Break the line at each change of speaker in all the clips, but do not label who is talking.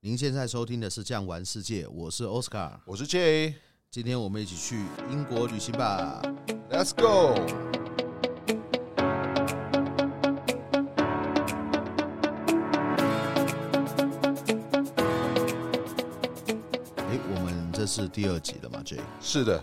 您现在收听的是《酱玩世界》，我是 Oscar。
我是 J，
今天我们一起去英国旅行吧。
Let's go。
诶，我们这是第二集了嘛？J，
是的，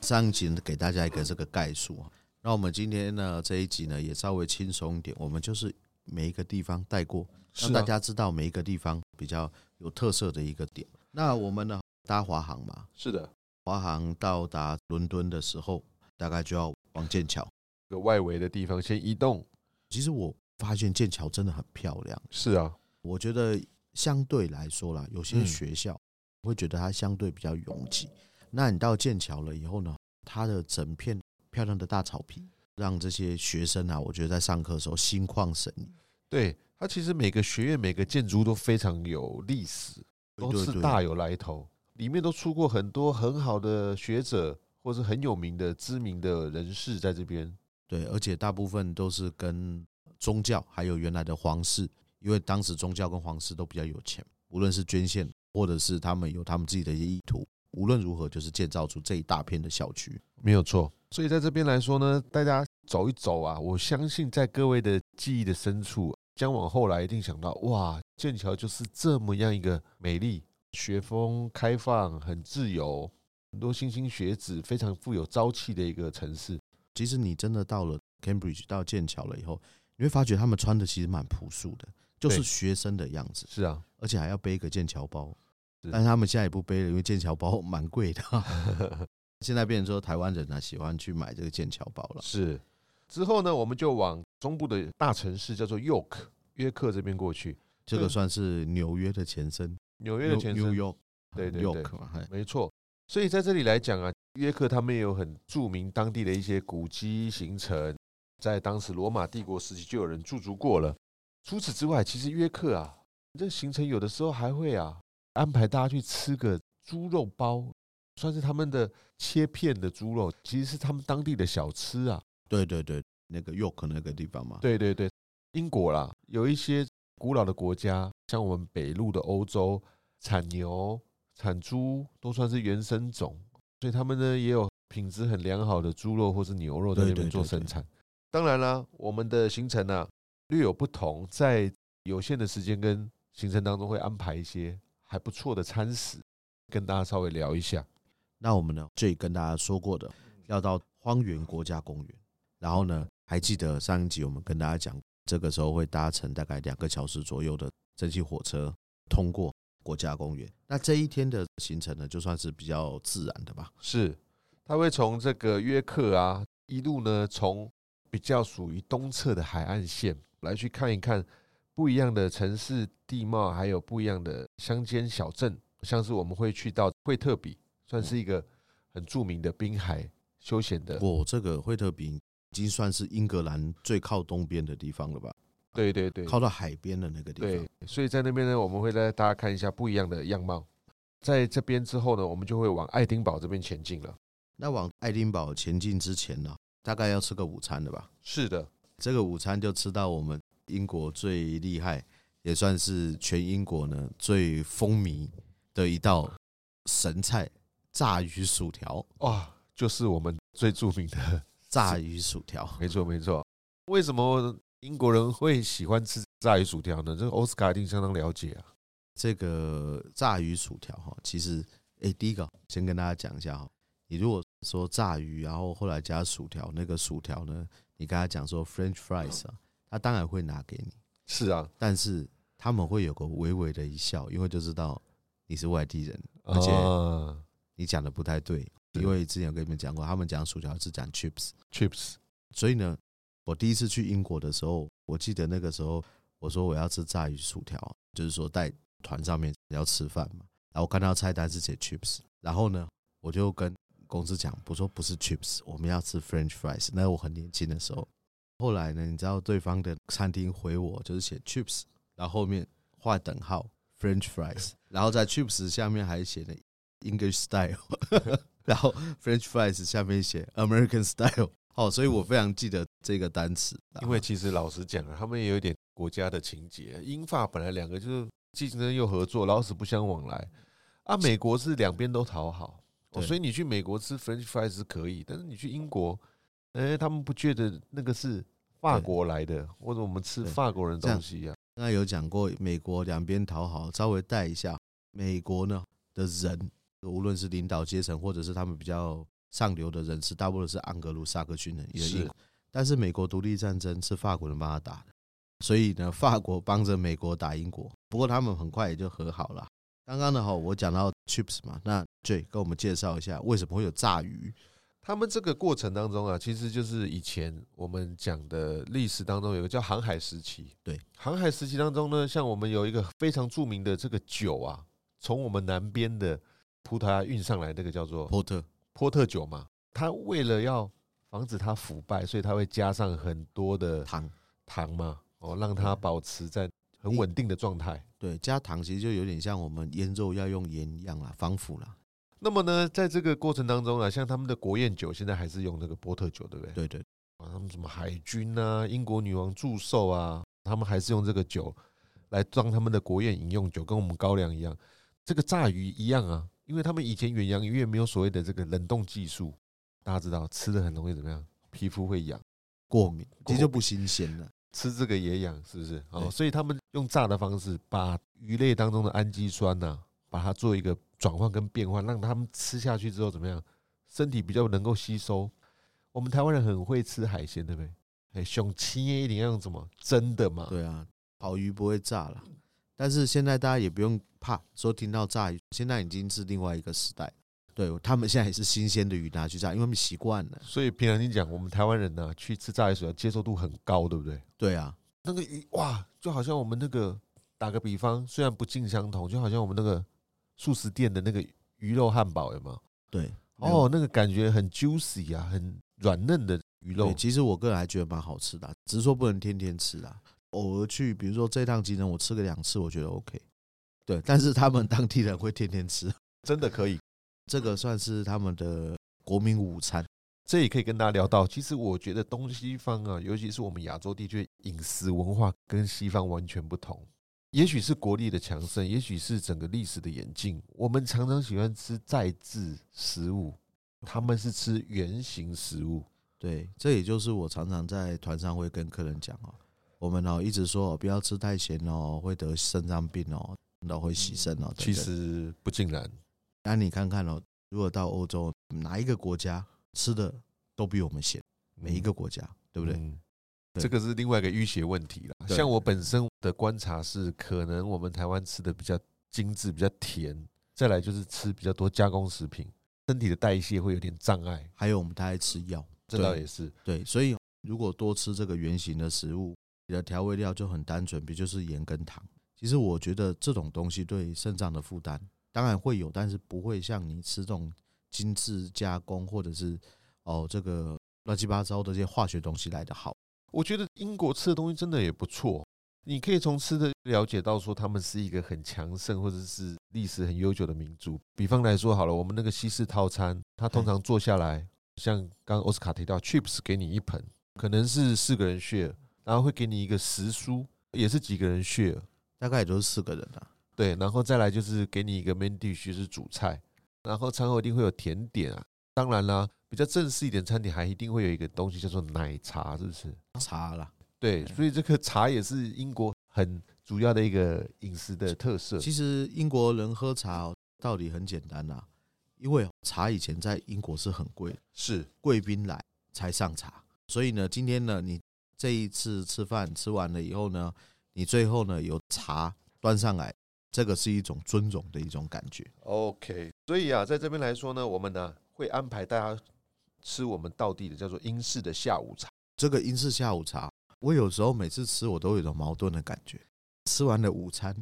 上一集给大家一个这个概述啊。那我们今天呢这一集呢也稍微轻松一点，我们就是每一个地方带过，让
是啊
大家知道每一个地方比较有特色的一个点。那我们呢搭华航嘛，
是的，
华航到达伦敦的时候，大概就要往剑桥。
这个外围的地方先移动。
其实我发现剑桥真的很漂亮，
是啊，
我觉得相对来说啦，有些
嗯
学校会觉得它相对比较拥挤。那你到剑桥了以后呢，它的整片漂亮的大草皮，让这些学生啊，我觉得在上课的时候心旷神怡。
对，它其实每个学院、每个建筑都非常有历史，都
对
是
对
大有来头，里面都出过很多很好的学者，或是很有名的、知名的人士在这边。
对，而且大部分都是跟宗教还有原来的皇室，因为当时宗教跟皇室都比较有钱，无论是捐献或者是他们有他们自己的一些意图，无论如何就是建造出这一大片的校区。
没有错。所以在这边来说呢，大家走一走啊，我相信在各位的记忆的深处，将往后来一定想到，哇，剑桥就是这么样一个美丽、学风开放、很自由、很多莘莘学子、非常富有朝气的一个城市。
其实你真的到了 Cambridge 到剑桥了以后，你会发觉他们穿的其实蛮朴素的，就是
对
学生的样子，
是啊，
而且还要背一个剑桥包。
是
但是他们现在也不背了，因为剑桥包蛮贵 的、现在变成说台湾人啊喜欢去买这个剑桥包了。
是。之后呢，我们就往中部的大城市叫做 York 约克这边过去。
这个
对
算是纽约的前身，
纽约的前身
New York，嗯
对对
York 哎
对
嘛，嘿
没错，所以在这里来讲啊，约克他们也有很著名当地的一些古迹形成，在当时罗马帝国时期就有人驻足过了。除此之外，其实约克啊，这行程有的时候还会啊安排大家去吃个猪肉包，算是他们的切片的猪肉，其实是他们当地的小吃啊。
对对对，那个 York 那个地方嘛，
对对对，英国啦，有一些古老的国家，像我们北陆的欧洲，产牛、产猪都算是原生种，所以他们呢也有品质很良好的猪肉或是牛肉在
对
那边
对
做
对
生
对
产。当然啦，我们的行程啊略有不同，在有限的时间跟行程当中会安排一些还不错的餐食，跟大家稍微聊一下。
那我们呢，这里跟大家说过的，
嗯
要到荒原国家公园，然后呢，还记得上一集我们跟大家讲，这个时候会搭乘大概两个小时左右的蒸汽火车通过国家公园。那这一天的行程呢，就算是比较自然的吧。
是，它会从这个约克啊，一路呢从比较属于东侧的海岸线来去看一看不一样的城市地貌，还有不一样的乡间小镇，像是我们会去到惠特比，算是一个很著名的滨海休闲的，
我这个惠特比已经算是英格兰最靠东边的地方了吧，
对对对，
靠到海边的那个地方
对。，所以在那边呢，我们会带大家看一下不一样的样貌。在这边之后呢，我们就会往爱丁堡这边前进了。
那往爱丁堡前进之前呢、大概要吃个午餐的吧。
是的，
这个午餐就吃到我们英国最厉害，也算是全英国呢最风靡的一道神菜——炸鱼薯条。
哇，就是我们最著名的
炸鱼薯条，
没错没错。为什么英国人会喜欢吃炸鱼薯条呢？这个奥斯卡一定相当了解啊。
这个炸鱼薯条哈，其实诶，第一个先跟大家讲一下哈，你如果说炸鱼，然后后来加薯条，那个薯条呢，你跟他讲说 French fries 啊，他当然会拿给你，
是啊，
但是他们会有个微微的一笑，因为就知道你是外地人，而
而
且
且、哦
你讲的不太对，
是
因为之前有跟你们讲过，他们讲薯条是讲 chips，
chips
所以呢，我第一次去英国的时候，我记得那个时候我说我要吃炸鱼薯条，就是说带团上面要吃饭嘛，然后我看到菜单是写 chips，然后呢，我就跟公司讲，我说不是 chips，我们要吃 French fries，那我很年轻的时候。后来呢，你知道对方的餐厅回我就是写 chips，然后后面画等号 French fries，然后在 chips 下面还写了 English style，然后 French fries 下面写 American style。哦，所以我非常记得这个单词，
啊因为其实老实讲啊，他们也有一点国家的情节。英法本来两个就是竞争又合作，老死不相往来。啊，美国是两边都讨好、哦，
对
所以你去美国吃 French fries 是可以，但是你去英国，哎、他们不觉得那个是法
对
国来的，或者我们吃
对
法国人的
这样
东西呀、啊
刚才有讲过，美国两边讨好，稍微带一下美国呢的人，无论是领导阶层或者是他们比较上流的人士，大部分是盎格鲁撒克逊人，也
是
是。但是美国独立战争是法国人帮他打的，所以呢，法国帮着美国打英国。不过他们很快也就和好了。刚刚呢，哈，我讲到 chips 嘛，那 J 跟我们介绍一下为什么会有炸鱼？
他们这个过程当中啊，其实就是以前我们讲的历史当中有个叫航海时期。
对，
航海时期当中呢，像我们有一个非常著名的这个酒啊，从我们南边的葡萄牙运上来，那个叫做
波特
波特酒嘛。它为了要防止它腐败，所以它会加上很多的
糖，
糖嘛，哦，让它
嗯
保持在很稳定的状态。
对，加糖其实就有点像我们腌肉要用盐一样啦，防腐啦。
那么呢，在这个过程当中啊，像他们的国宴酒现在还是用这个波特酒，对不对？
对对，
啊，他们什么海军啊、英国女王祝寿啊，他们还是用这个酒来当他们的国宴饮用酒，跟我们高粱一样。这个炸鱼一样啊，因为他们以前远洋渔业没有所谓的这个冷冻技术，大家知道吃的很容易怎么样，皮肤会痒，
过敏嗯其实
过
就不新鲜了。
吃这个也痒，是不是？哦，
对
所以他们用炸的方式，把鱼类当中的氨基酸呐、把它做一个转换跟变换，让他们吃下去之后怎么样，身体比较能够吸收。我们台湾人很会吃海鲜，对不对？哎，熊青一点要用什么蒸的嘛？
对啊，跑鱼不会炸了。但是现在大家也不用怕说听到炸鱼，现在已经是另外一个时代。对他们现在也是新鲜的鱼拿去炸，因为他们习惯了。
所以平常你讲，我们台湾人呢、去吃炸鱼薯条接受度很高，对不对？
对啊，
那个鱼哇，就好像我们那个打个比方，虽然不尽相同，就好像我们那个素食店的那个鱼肉汉堡，有没有？
对
哦，，那个感觉很 juicy 啊，很软嫩的鱼
对，
肉。
其实我个人还觉得蛮好吃的啊，只是说不能天天吃啦。偶尔去，比如说这趟急诊我吃个两次，我觉得 OK。对，但是他们当地人会天天吃，
真的可以。
这个算是他们的国民午餐。
这也可以跟大家聊到，其实我觉得东西方啊，尤其是我们亚洲地区饮食文化跟西方完全不同。也许是国力的强盛，也许是整个历史的演进，我们常常喜欢吃再制食物，他们是吃原形食物。
对，这也就是我常常在团上会跟客人讲哦，我们哦一直说哦不要吃太咸哦，会得肾脏病哦，那会洗肾哦。等等
其，实不尽然，
那你看看哦，如果到欧洲哪一个国家吃的都比我们咸，每一个国家对不
对
对？嗯对
这个是另外一个淤血问题了。
对
像我本身的观察是，可能我们台湾吃的比较精致、比较甜，再来就是吃比较多加工食品，身体的代谢会有点障碍。
还有我们太爱吃药，
这倒
对
也是，
对，所以如果多吃这个圆形的食物，你的调味料就很单纯，比如就是盐跟糖。其实我觉得这种东西对肾脏的负担当然会有，但是不会像你吃这种精致加工或者是哦这个乱七八糟的这些化学东西来的好。
我觉得英国吃的东西真的也不错。你可以从吃的了解到，说他们是一个很强盛或者是历史很悠久的民族。比方来说好了，我们那个西式套餐，它通常坐下来，像刚刚奥斯卡提到，chips 给你一盆，可能是四个人 share，然后会给你一个时蔬，也是几个人 share，
大概也都是四个人啊，
对，然后再来就是给你一个 main dish 就是主菜，然后餐后一定会有甜点啊。当然啦，比较正式一点餐点还一定会有一个东西叫做奶茶，是不是？
茶啦。
对，
对
所以这个茶也是英国很主要的一个饮食的特色。
其实英国人喝茶哦道理很简单啦、因为茶以前在英国是很贵的。
是
贵宾来才上茶。所以呢，今天呢，你这一次吃饭吃完了以后呢，你最后呢有茶端上来，这个是一种尊荣的一种感觉。
OK，所以啊，在这边来说呢，我们呢、会安排大家吃我们道地的叫做英式的下午茶。
这个英式下午茶，我有时候每次吃我都有一种矛盾的感觉。吃完了午餐，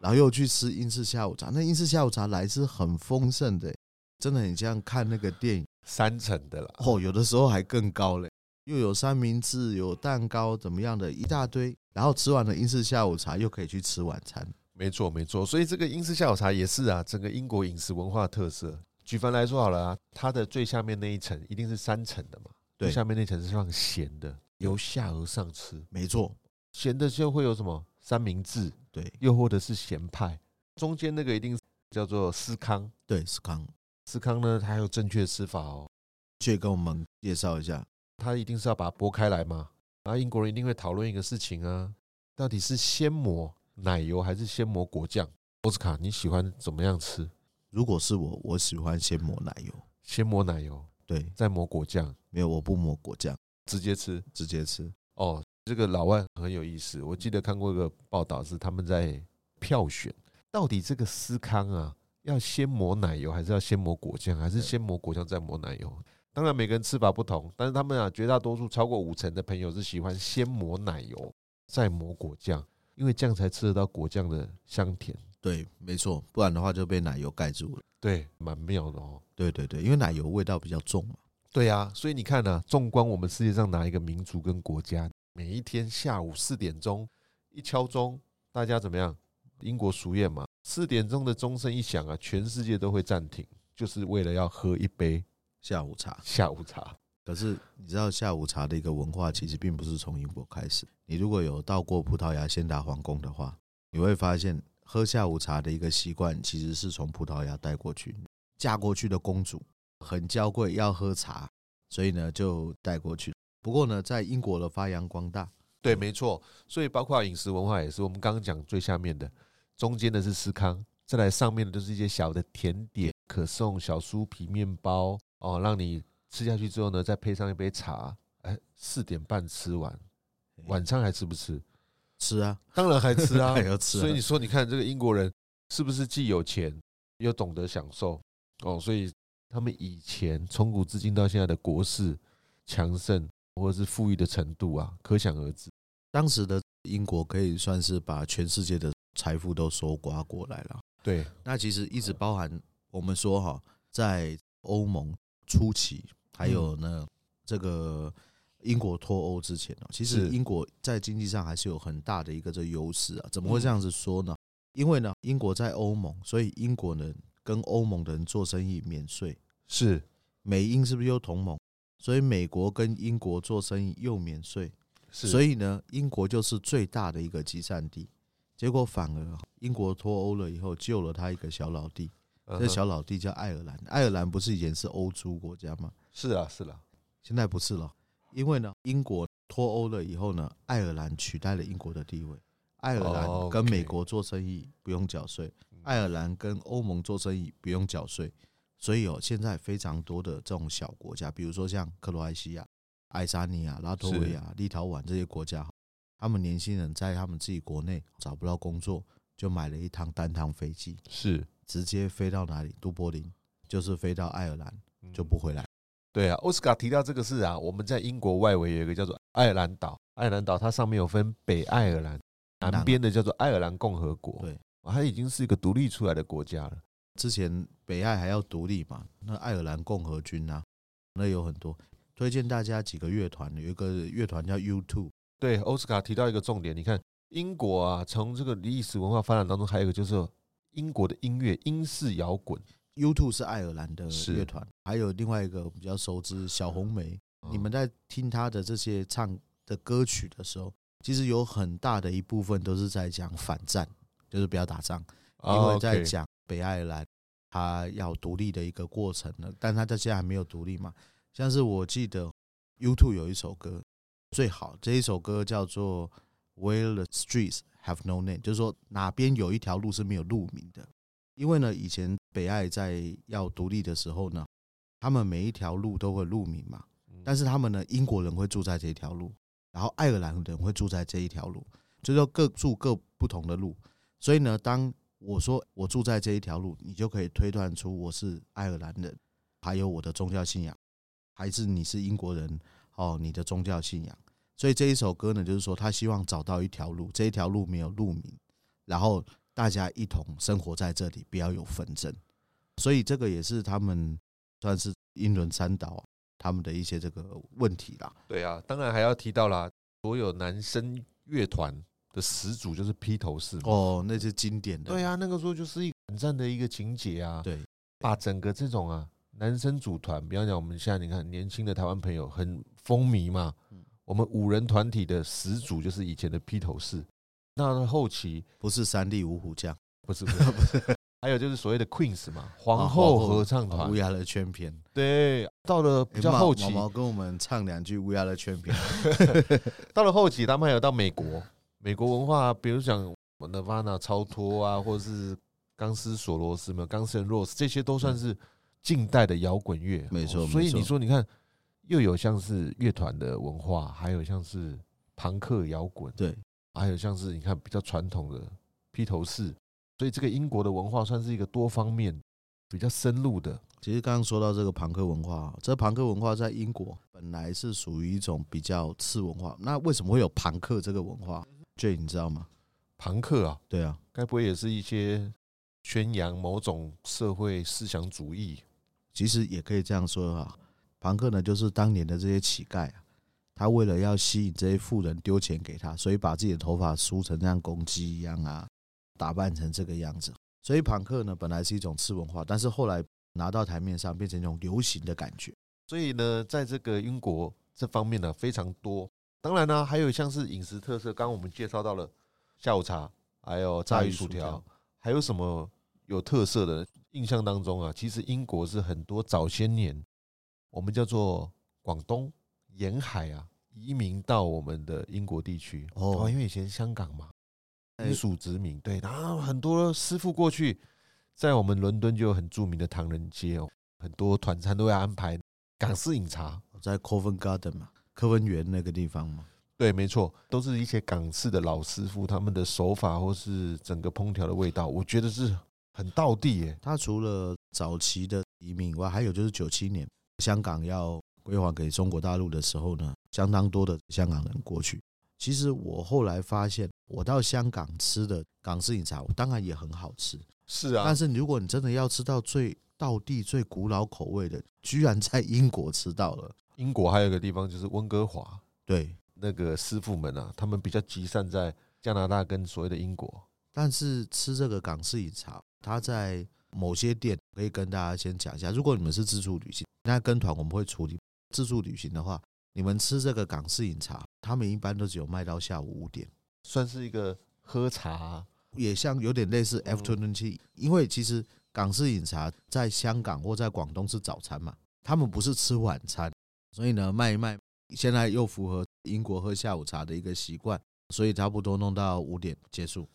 然后又去吃英式下午茶，那英式下午茶来是很丰盛的，真的很像看那个电影。
三层的啦，
哦，有的时候还更高嘞，又有三明治，有蛋糕，怎么样的一大堆。然后吃完了英式下午茶，又可以去吃晚餐。
没错，没错。所以这个英式下午茶也是啊，整个英国饮食文化的特色。举凡来说好了啊，它的最下面那一层一定是三层的嘛，
对
最下面那层是放咸的，由下而上吃，
没错，
咸的就会有什么三明治，
对
又或者是咸派，中间那个一定叫做司康。
对，斯康，
司康呢，它还有正确吃法哦，
去跟我们介绍一下。
它一定是要把它剥开来嘛。然后英国人一定会讨论一个事情啊，到底是鲜蘑奶油还是鲜蘑果酱？奥斯卡，你喜欢怎么样吃？
如果是我，我喜欢先抹奶油，
先抹奶油，
对，
再抹果酱，
没有我不抹果酱，
直接吃。
直接吃。
哦，这个老外很有意思，我记得看过一个报道，是他们在票选，到底这个司康啊，要先抹奶油，还是要先抹果酱，还是先抹果酱再抹奶油？当然，每个人吃法不同，但是他们啊，绝大多数超过五成的朋友是喜欢先抹奶油，再抹果酱，因为这样才吃得到果酱的香甜。
对，没错，不然的话就被奶油盖住了。
对，蛮妙的哦。
对对对，因为奶油味道比较重嘛。
对啊，所以你看啊，纵观我们世界上哪一个民族跟国家，每一天下午四点钟一敲钟，大家怎么样？英国俗谚嘛，四点钟的钟声一响啊，全世界都会暂停，就是为了要喝一杯
下午茶，
下午茶。
可是你知道下午茶的一个文化其实并不是从英国开始。你如果有到过葡萄牙先达皇宫的话，你会发现喝下午茶的一个习惯其实是从葡萄牙带过去，嫁过去的公主很娇贵，要喝茶，所以呢就带过去。不过呢，在英国的发扬光大，
对，没错。所以包括饮食文化也是，我们刚刚讲最下面的，中间的是司康，再来上面的就是一些小的甜点，可颂、小酥皮、面包哦，让你吃下去之后呢，再配上一杯茶，哎，四点半吃完。晚餐还吃不吃？
吃啊，
当然还吃啊，
还要吃啊
所以你说，你看这个英国人是不是既有钱又懂得享受？哦，所以他们以前从古至今到现在的国势强盛或者是富裕的程度啊，可想而知。
当时的英国可以算是把全世界的财富都搜刮过来了。
对，
那其实一直包含我们说哈，在欧盟初期，还
嗯
有呢这个英国脱欧之前哦呢，其实
是
英国在经济上还是有很大的一个这优势啊。怎
嗯
么会这样子说呢？因为呢，英国在欧盟，所以英国人跟欧盟的人做生意免税，
是
美英是不是又同盟？所以美国跟英国做生意又免税，
是，
所
以
以呢，英国就是最大的一个集散地。结果反而英国脱欧了以后，救了他一个小老弟。
嗯
这小老弟叫爱尔兰，爱尔兰不是以前是欧洲国家吗？
是啊是啦，
现在不是了，因为呢，英国脱欧了以后呢，爱尔兰取代了英国的地位。爱尔兰
OK
跟美国做生意不用缴税，爱尔兰跟欧盟做生意不用缴税，所以哦，现在非常多的这种小国家，比如说像克罗埃西亚、爱沙尼亚、拉脱维亚、立陶宛这些国家，他们年轻人在他们自己国内找不到工作，就买了一趟单趟飞机，
是
直接飞到哪里？都柏林，就是飞到爱尔兰就不回来。
嗯对啊，奥斯卡提到这个事啊，我们在英国外围有一个叫做爱尔兰岛，爱尔兰岛它上面有分北爱尔兰，
南啊
南边的叫做爱尔兰共和国，
对
哦，它已经是一个独立出来的国家了。
之前北爱还要独立嘛，那爱尔兰共和军啊，那有很多。推荐大家几个乐团，有一个乐团叫 U Two，
对，奥斯卡提到一个重点，你看英国啊，从这个历史文化发展当中，还有一个就是英国的音乐英式摇滚，
u Two 是爱尔兰的
是
乐团，还有另外一个我们比较熟知小红梅。
嗯
哦你们在听他的这些唱的歌曲的时候，其实有很大的一部分都是在讲反战，就是不要打仗。
哦
因为在
讲
讲北爱尔兰它要独立的一个过程了，但它到现在还没有独立嘛。像是我记得 U Two 有一首歌最好，这一首歌叫做《Where the Streets Have No Name》，就是说哪边有一条路是没有路名的。因为呢，以前北爱在要独立的时候呢，他们每一条路都会路名嘛，但是他们呢，英国人会住在这一条路，然后爱尔兰人会住在这一条路，就是说各住各不同的路。所以呢，当我说我住在这一条路，你就可以推断出我是爱尔兰人，还有我的宗教信仰，还是你是英国人哦，你的宗教信仰。所以这一首歌呢，就是说他希望找到一条路，这一条路没有路名，然后大家一同生活在这里，不要有纷争。所以这个也是他们算是英伦三岛他们的一些这个问题啦。
对啊，当然还要提到啦，所有男生乐团的始祖就是披头士嘛，
哦，那些经典的，
对啊，那个时候就是一个冷战的一个情节啊，
对，
把整个这种啊男生组团，比方讲我们现在你看年轻的台湾朋友
嗯
很风靡嘛，我们五人团体的始祖就是以前的披头士，那后期
不是三立五虎 将，
不是 不是不是，还有就是所谓的 Queens 嘛，皇
啊皇
后
后啊
合唱团
乌，鸦哎的圈片。
对，到了比较
诶
后期
毛，毛毛跟我们唱两句乌鸦的圈片，
到了后期，他们还有到美国，美国文化，比如讲我们的 Vana 超脱啊，或者是钢丝索罗斯嘛，钢丝 Rose，这些都算是近代的摇滚乐。
嗯没错
哦所以
没错
你说，你看，又有像是乐团的文化，还有像是朋克摇滚，
对，
还有像是你看比较传统的披头士，所以这个英国的文化算是一个多方面、比较深入的。
其实刚刚说到这个朋克文化，啊这朋克文化在英国本来是属于一种比较次文化。那为什么会有朋克这个文化？J 你知道吗？
朋克啊，
对啊，
该不会也是一些宣扬某种社会思想主义？
其实也可以这样说啊，朋克呢就是当年的这些乞丐啊，他为了要吸引这些富人丢钱给他，所以把自己的头发梳成像公鸡一样啊，打扮成这个样子。所以朋克呢本来是一种次文化，但是后来拿到台面上变成一种流行的感觉。
所以呢，在这个英国这方面呢非常多。当然呢，还有像是饮食特色，刚刚我们介绍到了下午茶，还有炸鱼薯条，还有什么有特色的？印象当中啊，其实英国是很多早些年我们叫做广东沿海啊移民到我们的英国地区
哦
因为以前香港嘛，
哎
英属殖民对，然后很多师傅过去，在我们伦敦就有很著名的唐人街哦，很多团餐都会安排港式饮茶，
在 Covent Garden 嘛，科文园那个地方嘛，
对，没错，都是一些港式的老师傅，他们的手法或是整个烹调的味道，我觉得是很道地耶。
它除了早期的移民以外，还有就是九七年香港要归还给中国大陆的时候呢，相当多的香港人过去。其实我后来发现，我到香港吃的港式饮茶，当然也很好吃，
是
但是啊如果你真的要吃到最道地、最古老口味的，居然在英国吃到了。
英国还有一个地方就是温哥华，
对，
那个师傅们啊，他们比较集散在加拿大跟所谓的英国。
但是吃这个港式饮茶，它在某些店可以跟大家先讲一下。如果你们是自助旅行，那跟团我们会处理。自助旅行的话，你们吃这个港式饮茶，他们一般都只有卖到下午五点，
算是一个喝茶，
也像有点类似
嗯
afternoon tea，、因为其实港式饮茶在香港或在广东是早餐嘛，他们不是吃晚餐，所以呢卖一卖，现在又符合英国喝下午茶的一个习惯，所以差不多弄到五点结束。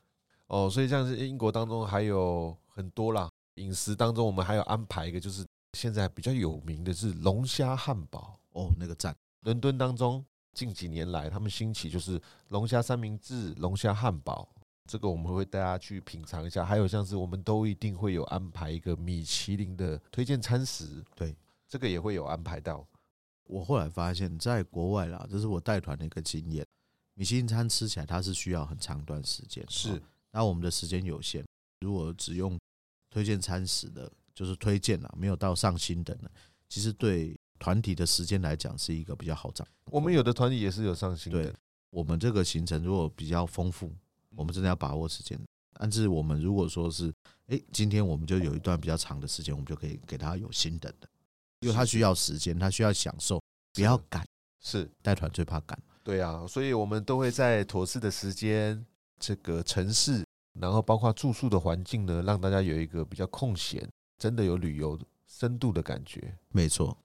哦，所以像是英国当中还有很多啦，饮食当中我们还有安排一个，就是现在比较有名的是龙虾汉堡。
哦，那个赞。
伦敦当中近几年来，他们兴起就是龙虾三明治、龙虾汉堡，这个我们会带大家去品尝一下。还有像是我们都一定会有安排一个米其林的推荐餐食，
对，
这个也会有安排到。
我后来发现，在国外啦，这是我带团的一个经验。米其林餐吃起来它是需要很长段时间，哦那我们的时间有限，如果只用推荐餐食的，就是推荐啦，没有到上新等的，其实对团体的时间来讲是一个比较好掌握。
我们有的团体也是有上新的
对，我们这个行程如果比较丰富，我们真的要把握时间。但是我们如果说是，诶，今天我们就有一段比较长的时间，我们就可以给他有新等的，因为他需要时间，他需要享受，不要赶。
是
带团最怕赶。
对啊，所以我们都会在妥适的时间、这个城市，然后包括住宿的环境呢，让大家有一个比较空闲，真的有旅游深度的感觉。
没错，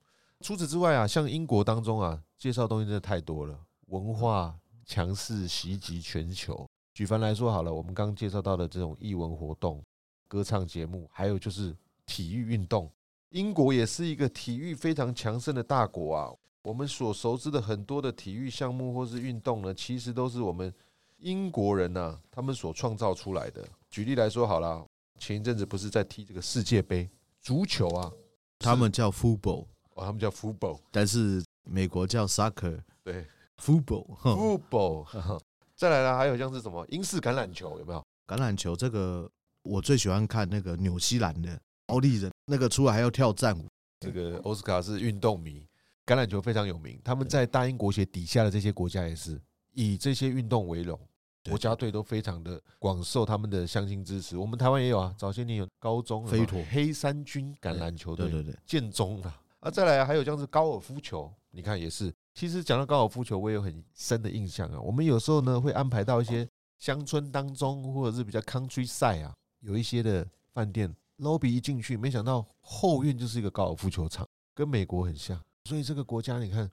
除此之外啊，像英国当中啊，介绍东西真的太多了，文化强势袭击全球。举凡来说好了，我们刚刚介绍到的这种艺文活动、歌唱节目，还有就是体育运动，英国也是一个体育非常强盛的大国啊。我们所熟知的很多的体育项目或是运动呢，其实都是我们英国人呐、啊他们所创造出来的。举例来说好了，前一阵子不是在踢这个世界杯足球啊，
他们叫 football，
哦，他们叫 football，
但是美国叫 soccer
对。
football 哼。
football。再 来呢，还有像是什么英式橄榄球，有没有？
橄榄球这个我最喜欢看那个纽西兰的奥利人，那个出来还要跳战舞。
这个奥斯卡是运动迷，橄榄球非常有名。他们在大英国协底下的这些国家也是以这些运动为荣，
对
国家队都非常的广受他们的乡亲支持。我们台湾也有啊，早些年有高中有没有
飞陀
黑山军橄榄球
对
队
对对，
建中啊，啊，再来还有像是高尔夫球，你看也是。其实讲到高尔夫球，我也有很深的印象啊。我们有时候呢会安排到一些乡村当中或者是比较 countryside 啊，有一些的饭店 lobby 一进去，没想到后院就是一个高尔夫球场，跟美国很像。所以这个国家，你看，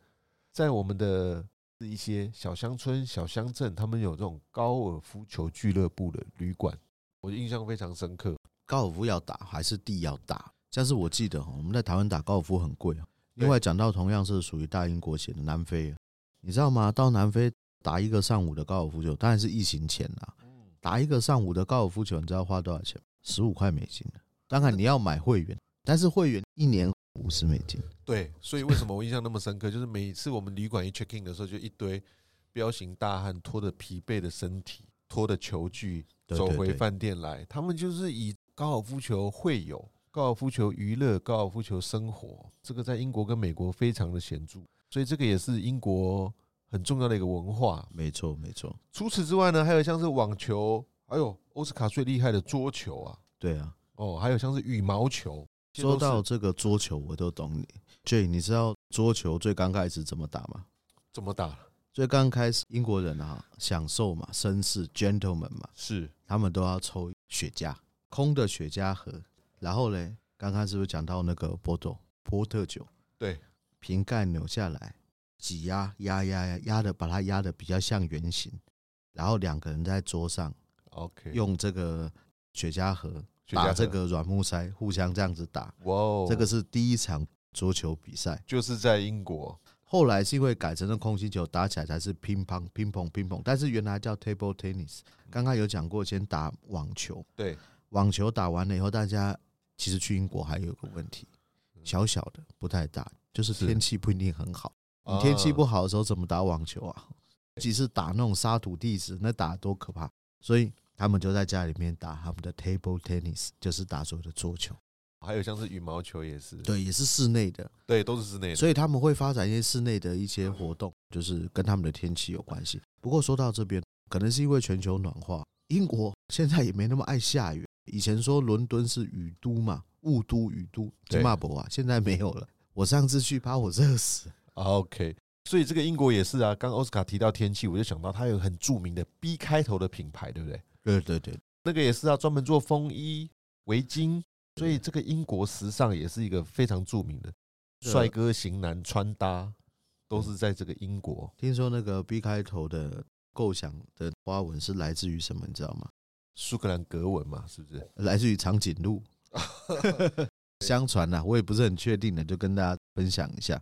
在我们的一些小乡村、小乡镇，他们有这种高尔夫球俱乐部的旅馆，我印象非常深刻。
高尔夫要打还是地要打？像是我记得哦我们在台湾打高尔夫很贵哦。
对
另外讲到同样是属于大英国写的南非，啊你知道吗？到南非打一个上午的高尔夫球，当然是疫情前啦。
嗯
打一个上午的高尔夫球，你知道花多少钱吗？十五块美金。啊当然你要买会员，但是会员一年五十美金。
对，所以为什么我印象那么深刻？就是每次我们旅馆一 check in 的时候，就一堆彪形大汉拖着疲惫的身体，拖着球具
对
走
对
回
对
饭店来。他们就是以高尔夫球会友、高尔夫球娱乐、高尔夫球生活，这个在英国跟美国非常的显著，所以这个也是英国很重要的一个文化。
没错，没错，
除此之外呢，还有像是网球，还有欧斯卡最厉害的桌球啊，
对啊。
哦，还有像是羽毛球。这些都
说
是
到这个桌球，我都懂你。J，你知道桌球最刚开始怎么打吗？
怎么打，
最刚开始英国人啊，享受嘛，绅士 gentleman 嘛，
是
他们都要抽雪茄，空的雪茄盒。然后嘞，刚刚是不是讲到那个波斗波特酒？
对，
瓶盖扭下来，挤压压压压压的，把它压的比较像圆形。然后两个人在桌上
OK，
用这个雪茄盒
雪茄
打
盒
这个软木塞，互相这样子打。
哇哦，
这个是第一场桌球比赛。
就是在英国，
后来是因为改成了空心球，打起来才是乒乓、乒乓、乒乓，但是原来叫 table tennis。刚刚有讲过，先打网球，
对，
网球打完了以后，大家其实去英国还有一个问题，小小的不太大，就是
是
天气不一定很好。你天气不
好，
好的时候怎么打网球啊？尤其是打那种沙土地时，那打得多可怕！所以他们就在家里面打他们的 table tennis，就是打所谓的桌球。
还有像是羽毛球也是，
对，也是室内的，
对，都是室内的，嗯
所以他们会发展一些室内的一些活动，就是跟他们的天气有关系。不过说到这边，可能是因为全球暖化，英国现在也没那么爱下雨。以前说伦敦是雨都嘛，雾都、雨都，
对
金马博啊，现在没有了。我上次去，把我热死。
啊 OK，所以这个英国也是啊。刚奥斯卡提到天气，我就想到它有很著名的 B 开头的品牌，对不对？
对对对，
那个也是啊，专门做风衣、围巾，所以这个英国时尚也是一个非常著名的
这
帅哥型男穿搭，都是在这个英国。
听说那个 B 开头的构想的花纹是来自于什么，你知道吗？
苏格兰格纹嘛，是不是？
来自于长颈鹿。相传呐、我也不是很确定的，就跟大家分享一下。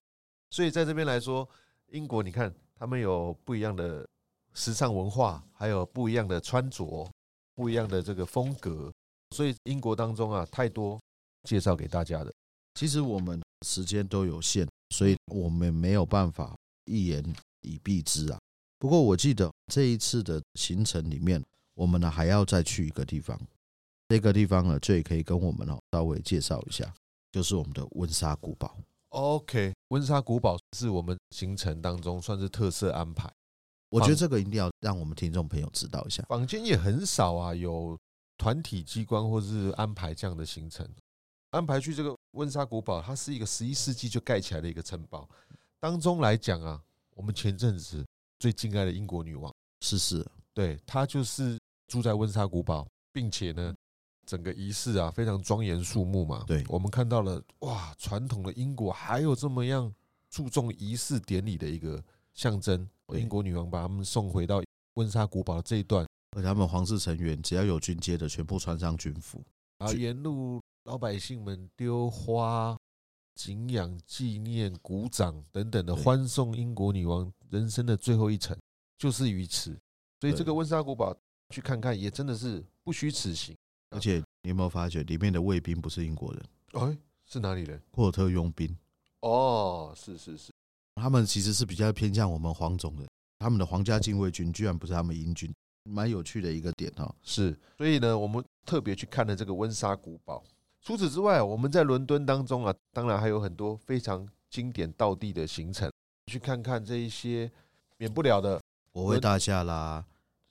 所以在这边来说，英国你看他们有不一样的时尚文化，还有不一样的穿着，不一样的这个风格。所以英国当中啊，太多介绍给大家的。
其实我们时间都有限，所以我们没有办法一言以蔽之啊。不过我记得这一次的行程里面，我们呢还要再去一个地方，这个地方呢，这也可以跟我们哦稍微介绍一下，就是我们的温莎古堡。
OK，温莎古堡是我们行程当中算是特色安排，
我觉得这个一定要让我们听众朋友知道一下。
坊间也很少啊有团体机关或是安排这样的行程。安排去这个温莎古堡，它是一个十一世纪就盖起来的一个城堡。当中来讲啊，我们前阵子最敬爱的英国女王。
是是，
对，他就是住在温莎古堡，并且呢，整个仪式啊非常庄严肃穆嘛。
嗯对
我们看到了哇，传统的英国还有这么样注重仪式典礼的一个象征。
对
英国女王把他们送回到温莎古堡的这一段，
而且他们皇室成员只要有军阶的，全部穿上军服。
然后啊沿路老百姓们丢花、敬仰、纪念、鼓掌等等的
对
欢送英国女王人生的最后一程，就是于此。所
对
以这个温莎古堡去看看，也真的是不虚此行。
而且你有没有发觉，里面的卫兵不是英国人，
哎，是哪里人？
库尔特佣兵。
哦，是是是，
他们其实是比较偏向我们黄种人，他们的皇家禁卫军居然不是他们英军，蛮有趣的一个点哦。
是。所以呢，我们特别去看了这个温莎古堡。除此之外，我们在伦敦当中啊，当然还有很多非常经典道地的行程，去看看这一些免不了的。
国会大厦啦，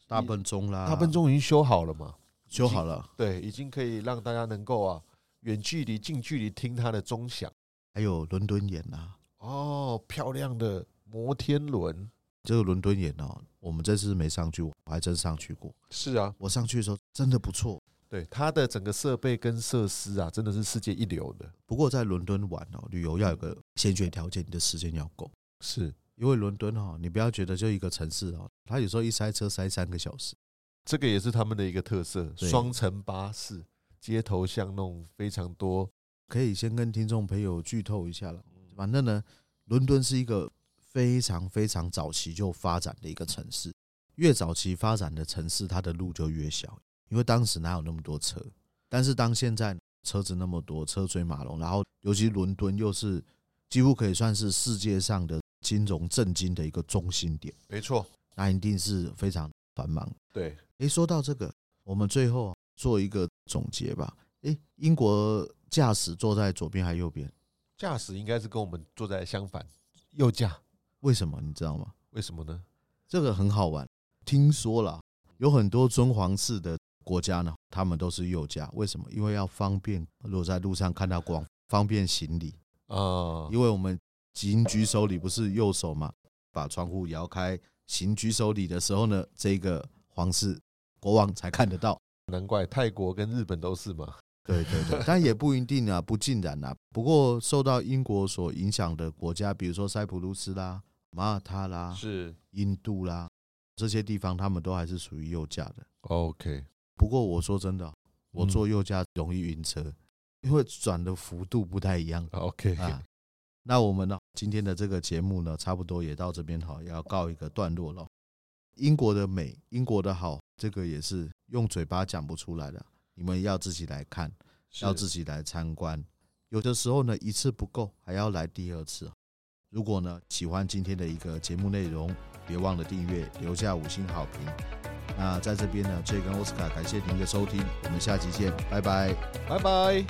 大笨钟啦，
大笨钟已经修好了嘛？
修好了，
对，已经可以让大家能够啊远距离、近距离听它的钟响。
还有伦敦眼啊，
哦，漂亮的摩天轮，
这个伦敦眼哦，我们这次没上去，我我还真上去过。
是啊，
我上去的时候真的不错，
对它的整个设备跟设施啊，真的是世界一流的。
不过在伦敦玩哦，旅游要有个先决条件，你的时间要够。
是
因为伦敦哈、哦，你不要觉得就一个城市哦，它有时候一塞车塞三个小时。
这个也是他们的一个特色，
对
双层巴士，街头巷弄非常多。
可以先跟听众朋友剧透一下了。反正呢，伦敦是一个非常非常早期就发展的一个城市，越早期发展的城市，它的路就越小，因为当时哪有那么多车？但是当现在车子那么多，车水马龙，然后尤其伦敦又是几乎可以算是世界上的金融震惊的一个中心点，
没错，
那一定是非常繁忙的
对，
诶，说到这个，我们最后做一个总结吧。诶，英国驾驶坐在左边还是右边？
驾驶应该是跟我们坐在相反，右驾。
为什么你知道吗？
为什么呢？
这个很好玩。听说了，有很多尊皇室的国家呢，他们都是右驾。为什么？因为要方便，如果在路上看到光，方便行礼。
啊、
因为我们行举手礼不是右手嘛，把窗户摇开，行举手礼的时候呢，这个皇室国王才看得到。
难怪泰国跟日本都是嘛。
对对对，但也不一定啊，不尽然啊。不过受到英国所影响的国家，比如说塞浦路斯啦、马耳他啦、
是
印度啦这些地方，他们都还是属于右驾的。
OK，
不过我说真的，哦我坐右驾容易晕车，因为转的幅度不太一样
OK，、
啊。那我们呢，今天的这个节目呢，差不多也到这边好，要告一个段落了。英国的美，英国的好，这个也是用嘴巴讲不出来的，你们要自己来看。要自己
己
来参观。有的时候呢，一次不够，还要来第二次。如果呢喜欢今天的一个节目内容，别忘了订阅，留下五星好评。那在这边呢，这跟奥斯卡感谢您的收听，我们下期见，拜拜。
拜拜。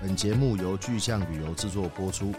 本节目由巨象旅游制作播出，